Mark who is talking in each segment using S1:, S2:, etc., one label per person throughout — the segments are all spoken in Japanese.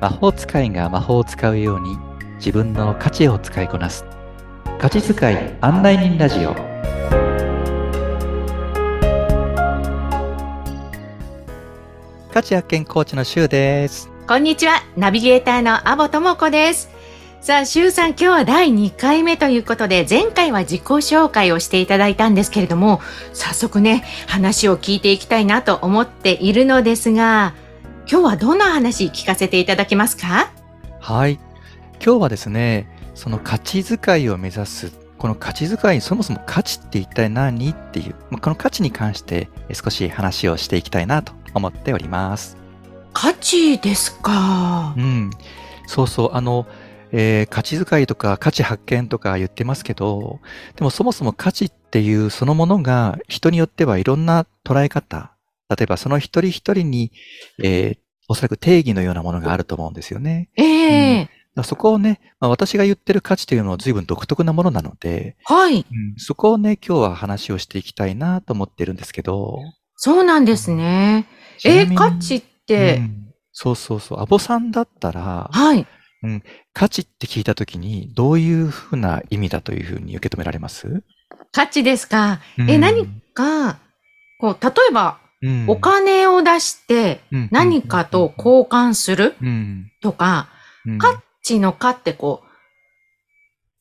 S1: 魔法使いが魔法を使うように自分の価値を使いこなす価値使い案内人ラジオ価値発見コーチのシュウです
S2: こんにちは。ナビゲーターのアボともこです。さあ、しゅうさん、今日は第2回目ということで、前回は自己紹介をしていただいたんですけれども、早速ね、話を聞いていきたいなと思っているのですが、今日はどんな話聞かせていただけますか
S1: はい今日はですねその価値遣いを目指すこの価値遣いそもそも価値って一体何っていう、まあ、この価値に関して少し話をしていきたいなと思っております
S2: 価値ですか
S1: う。ん、そうそう、あの、えー価値遣いとか価値発見とか言ってますけど、でもそもそも価値っていうそのものが人によってはいろんな捉え方、例えばその一人一人に、えーおそらく定義のようなものがあると思うんですよね。
S2: ええ
S1: だからそこをね、まあ、私が言ってる価値というのは随分独特なものなので、
S2: はい。
S1: そこをね、今日は話をしていきたいなと思ってるんですけど。
S2: そうなんですね。
S1: ちな
S2: え
S1: み
S2: ー、
S1: に
S2: 価値
S1: う
S2: って、
S1: んそうそうそう、アボさんだったら、
S2: はい。
S1: 価値って聞いたときに、どういうふうな意味だというふうに受け止められます
S2: 価値ですか。え、
S1: うん
S2: 何か、こう、例えば、
S1: うん
S2: お金を出して、
S1: うん
S2: 何かと交換する
S1: うん、
S2: とか、
S1: うん
S2: 価値の価ってこ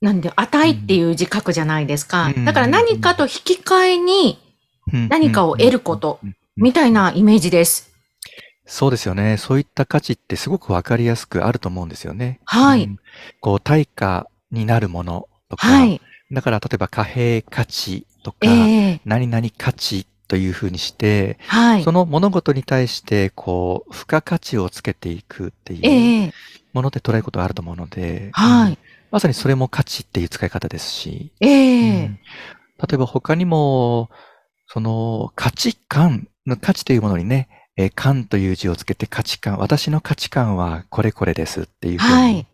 S2: う、なんで、値っていう字書くじゃないですか
S1: う。ん
S2: だから何かと引き換えに何かを得ること
S1: うんうんうん
S2: みたいなイメージです。
S1: そうですよね。そういった価値ってすごくわかりやすくあると思うんですよね。
S2: はい
S1: うんこう、対価になるものとか、
S2: はい。
S1: だから例えば貨幣価値とか、
S2: ええ
S1: 何々価値というふうにして、
S2: はい
S1: そ。の物事に対して、こう、付加価値をつけていくっていう
S2: ええ
S1: もので捉えることがあると思うので、
S2: は
S1: うん
S2: い。
S1: まさにそれも価値っていう使い方ですし、
S2: え
S1: う
S2: え
S1: ん例えば他にも、その価値観、価値というものにね、えー観という字をつけて価値観、私の価値観はこれこれですっていうふうに、
S2: はい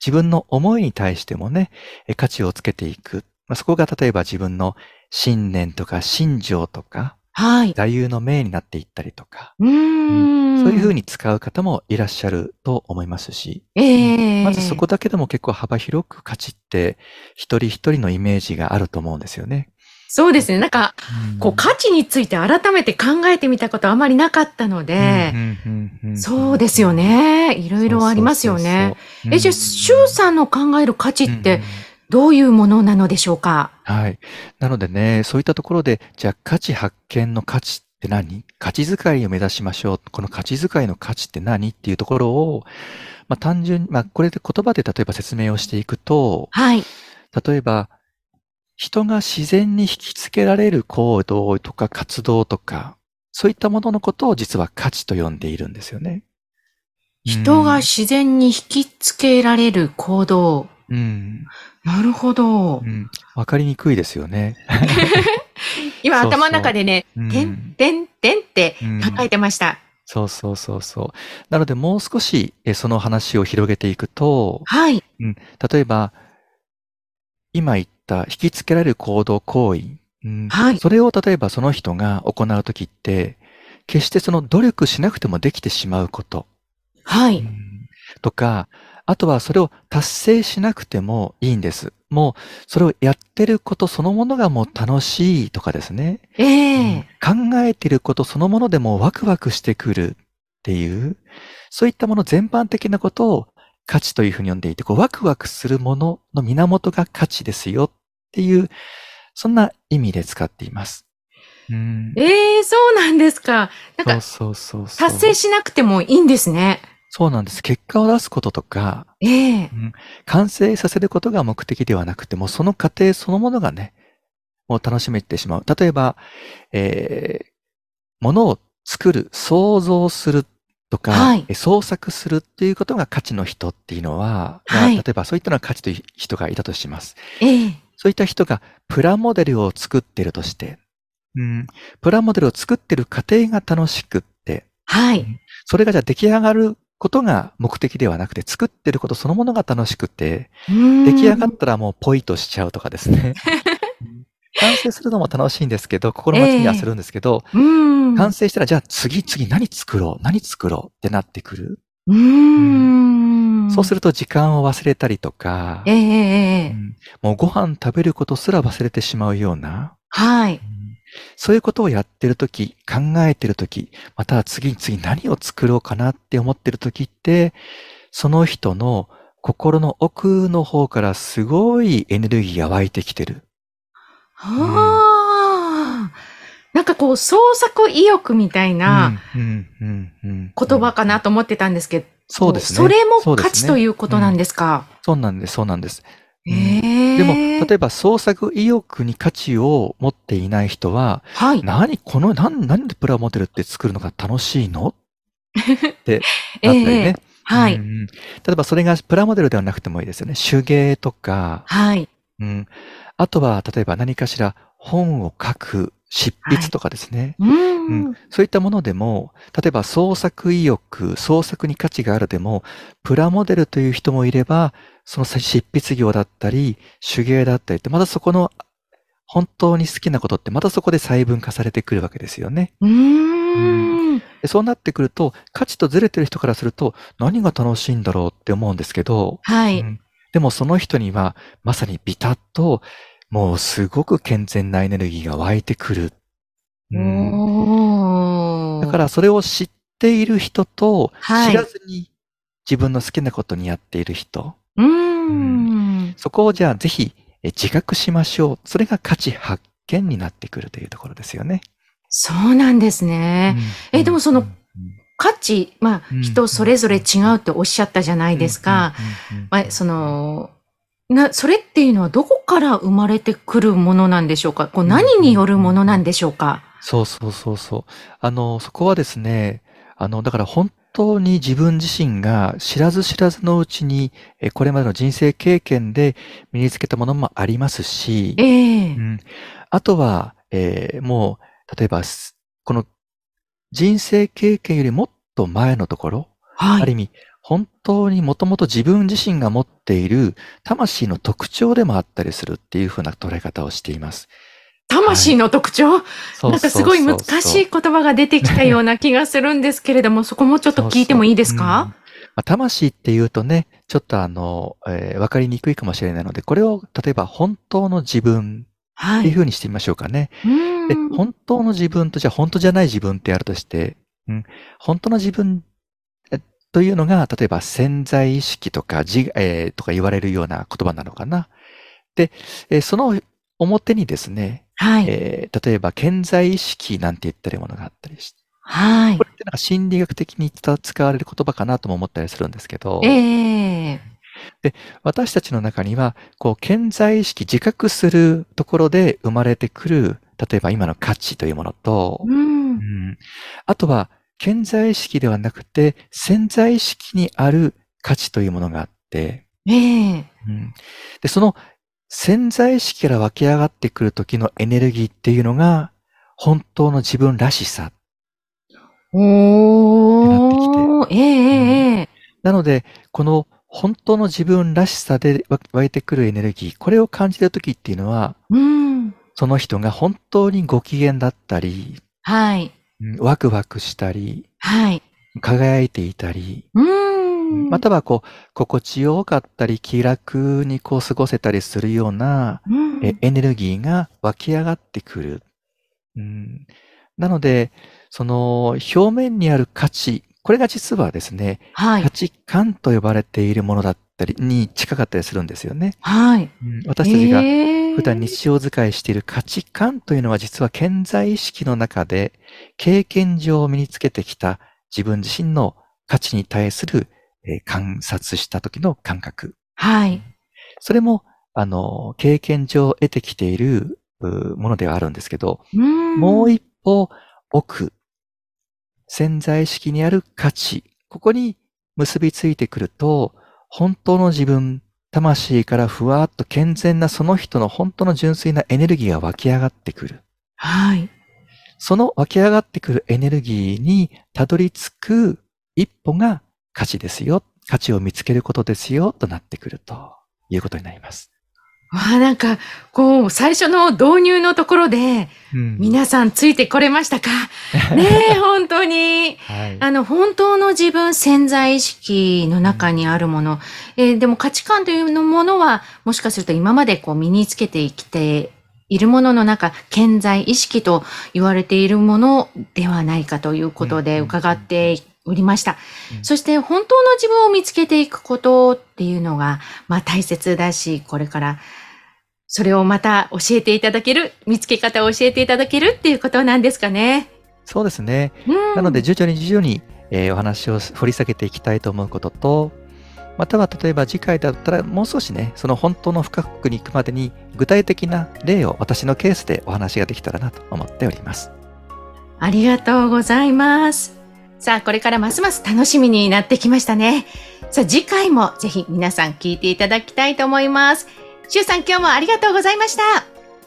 S1: 自分の思いに対してもね、えー価値をつけていく。まあ、そこが例えば自分の信念とか信条とか、
S2: はい。
S1: 座右の銘になっていったりとか、
S2: うーん。
S1: そういうふう
S2: に。
S1: に使う方もいらっしゃると思いますし、
S2: ええ
S1: まずそこだけでも結構幅広く価値って一人一人のイメージがあると思うんですよね。
S2: そうですね。なんか、こう、
S1: 値
S2: 価値について改めて考えてみたことあまりなかったので、そうですよ。ね。いろいろありますよね。
S1: そうそうそうそう。
S2: え、じゃあ、シュウさんの考える価値
S1: うん
S2: って
S1: うん
S2: どういうものなのでしょうか
S1: はい。なのでね、そういったところで、じゃあ価値発見の価値って何価値遣いを目指しましょう。この価値遣いの価値って何っていうところを、まあ単純に、まあこれで言葉で例えば説明をしていくと、
S2: はい。
S1: 例えば、人が自然に引きつけられる行動とか活動とか、そういったもののことを実は価値と呼んでいるんですよね。
S2: 人が
S1: うん
S2: 自然に引きつけられる行動。
S1: うん。
S2: なるほど
S1: う。ん。わかりにくいですよね。
S2: 今
S1: そうそう
S2: 頭の中でね、
S1: うん
S2: てんてんてんって考えてました。
S1: そうそうそうそう。なのでもう少しえその話を広げていくと、
S2: はい。
S1: うん、例えば、今言った引きつけられる行動行為、うん
S2: はい
S1: それを例えばその人が行うときって、決してその努力しなくてもできてしまうこと、
S2: は
S1: う
S2: い。
S1: んとか、あとはそれを達成しなくてもいいんです。もうそれをやってることそのものがもう楽しいとかですね。
S2: ええ
S1: 考えてることそのものでもワクワクしてくるっていう、そういったもの全般的なことを価値というふうに呼んでいて、こうワクワクするものの源が価値ですよっていう、そんな意味で使っています。うん。
S2: ええそうなんですか。なんか、
S1: そうそうそうそう。
S2: 達成しなくてもいいんですね。
S1: そうなんです。結果を出すこととか、
S2: ええ
S1: 完成させることが目的ではなくても、その過程そのものがね、もう楽しめてしまう。例えば、えー、ものを作る、想像するとか、
S2: はい
S1: え創作するっていうことが価値の人っていうのは、が
S2: はい
S1: 例えばそういったのが価値という人がいたとします。
S2: ええ
S1: そういった人がプラモデルを作ってるとして、うん、プラモデルを作ってる過程が楽しくって、
S2: はい。
S1: それがじゃあ出来上がることが目的ではなくて、作ってることそのものが楽しくて、出
S2: 出
S1: 来上がったらもうポイとしちゃうとかです ね。完成するのも楽しいんですけど、心待ちにはするんですけど、
S2: うん。
S1: 完成したらじゃあ次次何作ろう何作ろうってなってくる。
S2: うーん。
S1: そうすると時間を忘れたりとか、
S2: ええええ
S1: う
S2: ええ
S1: んもうご飯食べることすら忘れてしまうような、
S2: はい。
S1: そういうことをやってるとき、考えてるとき、または次に次何を作ろうかなって思ってるときって、その人の心の奥の方からすごいエネルギーが湧いてきてる。
S2: はあ。なんかこう、創作意欲みたいな
S1: うんうんうんうん
S2: 言葉かなと思ってたんですけど、
S1: そうですね。
S2: それも
S1: そうです
S2: 価
S1: ね
S2: 値ということなんですか。
S1: そうなんです、そうなんです。うん
S2: ええ
S1: でも、例えば創作意欲に価値を持っていない人は、
S2: はい。
S1: 何、この、何、何でプラモデルって作るのが楽しいのって、
S2: え
S1: だったり
S2: え
S1: ね。
S2: はい、
S1: うんうん例えばそれがプラモデルではなくてもいいですよね。手芸とか、
S2: はい。
S1: うん。あとは、例えば何かしら本を書く、執筆とかですね。
S2: うーん。
S1: そういったものでも、例えば創作意欲、創作に価値があるでも、プラモデルという人もいれば、その執筆業だったり、手芸だったりって、またそこの本当に好きなことって、またそこで細分化されてくるわけですよね。
S2: うーん。
S1: でそうなってくると、価値とずれてる人からすると、何が楽しいんだろうって思うんですけど、
S2: は
S1: う
S2: い。
S1: んでもその人には、まさにビタッと、もうすごく健全なエネルギーが湧いてくる。うん
S2: おー
S1: だからそれを知っている人と、
S2: はい
S1: 知らずに自分の好きなことにやっている人、
S2: うーん。
S1: そこをじゃあぜひえ自覚しましょう。それが価値発見になってくるというところですよね。
S2: そうなんですね。えでもその価値、まあ、
S1: うん
S2: 人それぞれ違うっておっしゃったじゃないですか。。まあ、その、な、それっていうのはどこから生まれてくるものなんでしょうかこう
S1: うん
S2: 何によるものなんでしょうか
S1: そうそうそうそう。あの、そこはですね、あの、だから本当に自分自身が知らず知らずのうちに、えこれまでの人生経験で身につけたものもありますし、
S2: ええ
S1: うん、あとは、えーもう、例えばす、この人生経験よりもっと前のところ、
S2: は
S1: ある
S2: い。
S1: 意味、本当にもともと自分自身が持っている魂の特徴でもあったりするっていうふうな捉え方をしています。
S2: 魂の特徴、
S1: そう
S2: なんかすごい難しい言葉が出てきたような気がするんですけれども、そこもちょっと聞いてもいいです
S1: そうそう
S2: か
S1: うんまあ魂っていうとね、ちょっとあの、えーわかりにくいかもしれないので、これを例えば本当の自分
S2: は
S1: っていう
S2: い。
S1: ふうにしてみましょうかね。
S2: うー
S1: で、
S2: ん
S1: 本当の自分と、じゃあ本当じゃない自分ってあるとして、うん、本当の自分えというのが、例えば潜在意識とか、じえーとか言われるような言葉なのかな。で、えーその表にですね、
S2: はい。
S1: えー例えば潜在意識なんて言ったりものがあったりして、
S2: はい
S1: こ。れってなんか心理学的に使使われる言葉かなとも思ったりするんですけど、
S2: ええ
S1: 私たちの中には、こう、潜在意識、自覚するところで生まれてくる、例えば今の価値というものと、
S2: う。
S1: うんんあとは、潜在意識ではなくて、潜在意識にある価値というものがあって、
S2: ええ
S1: うんで、その潜在意識から湧き上がってくる時のエネルギーっていうのが、本当の自分らしさ。
S2: おー。ええええ
S1: なので、この本当の自分らしさで湧湧いてくるエネルギー、これを感じる時っていうのは、
S2: うん。
S1: その人が本当にご機嫌だったり、
S2: はい。
S1: うんワクワクしたり、
S2: はい。
S1: 輝いていたり、
S2: うーん。
S1: またはこう、心地よかったり、気楽にこう過ごせたりするような、
S2: うん、
S1: えエネルギーが湧き上がってくる。うん、なので、その表面にある価値、これが実はですね、
S2: はい
S1: 価。値観と呼ばれているものだったりに近かったりするんですよね。
S2: はい。
S1: うん私たちが普
S2: 普
S1: 段日常使いしている価値観というのは実は潜在意識の中で経験上身につけてきた自分自身の価値に対する、えー観察した時の感覚。
S2: はい。
S1: それも、あの、経験上得てきているうーものではあるんですけど、も
S2: も
S1: う一歩奥、潜在意識にある価値、ここに結びついてくると、本当の自分、魂からふわっと健全なその人の本当の純粋なエネルギーが湧き上がってくる。
S2: はい。
S1: その湧き上がってくるエネルギーにたどり着く一歩が価値ですよ。価値を見つけることですよ、となってくるということになります。
S2: わあ、なんか、こう、最初の導入のところで、
S1: うん
S2: 皆さんついてこれました かねえ、本当に。
S1: はい
S2: あの、本当の自分潜在意識の中にあるもの。えーでも価値観というのものは、もしかすると今までこう身につけてきているものの中、潜在意識と言われているものではないかということ
S1: うんうん
S2: で
S1: うん
S2: 伺っておりました。
S1: うん
S2: そして本当の自分を見つけていくことっていうのが、まあ大切だし、これからそれをまた教えていただける、見つけ方を教えていただけるっていうことなんですかね。
S1: そうですね。
S2: うん、
S1: なので、徐々に徐々に、えーお話を掘り下げていきたいと思うことと、または例えば次回だったらもう少しね、その本当の深くに行くまでに具体的な例を私のケースでお話ができたらなと思っております。
S2: ありがとうございます。さあ、これからますます楽しみになってきましたね。さあ、次回もぜひ皆さん聞いていただきたいと思います。しゅうさん、今日もありがとうございました。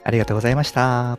S1: ありがとうございました。